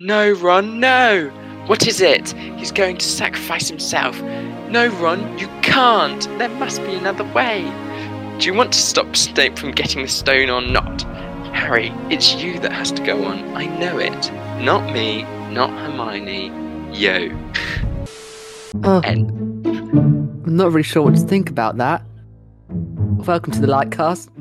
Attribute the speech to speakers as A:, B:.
A: No, Ron, no! What is it? He's going to sacrifice himself. No, Ron, you can't! There must be another way! Do you want to stop Snape from getting the stone or not? Harry, it's you that has to go on. I know it. Not me, not Hermione. Yo.
B: Oh,
A: And
B: I'm not really sure what to think about that. Welcome to the Lightcast.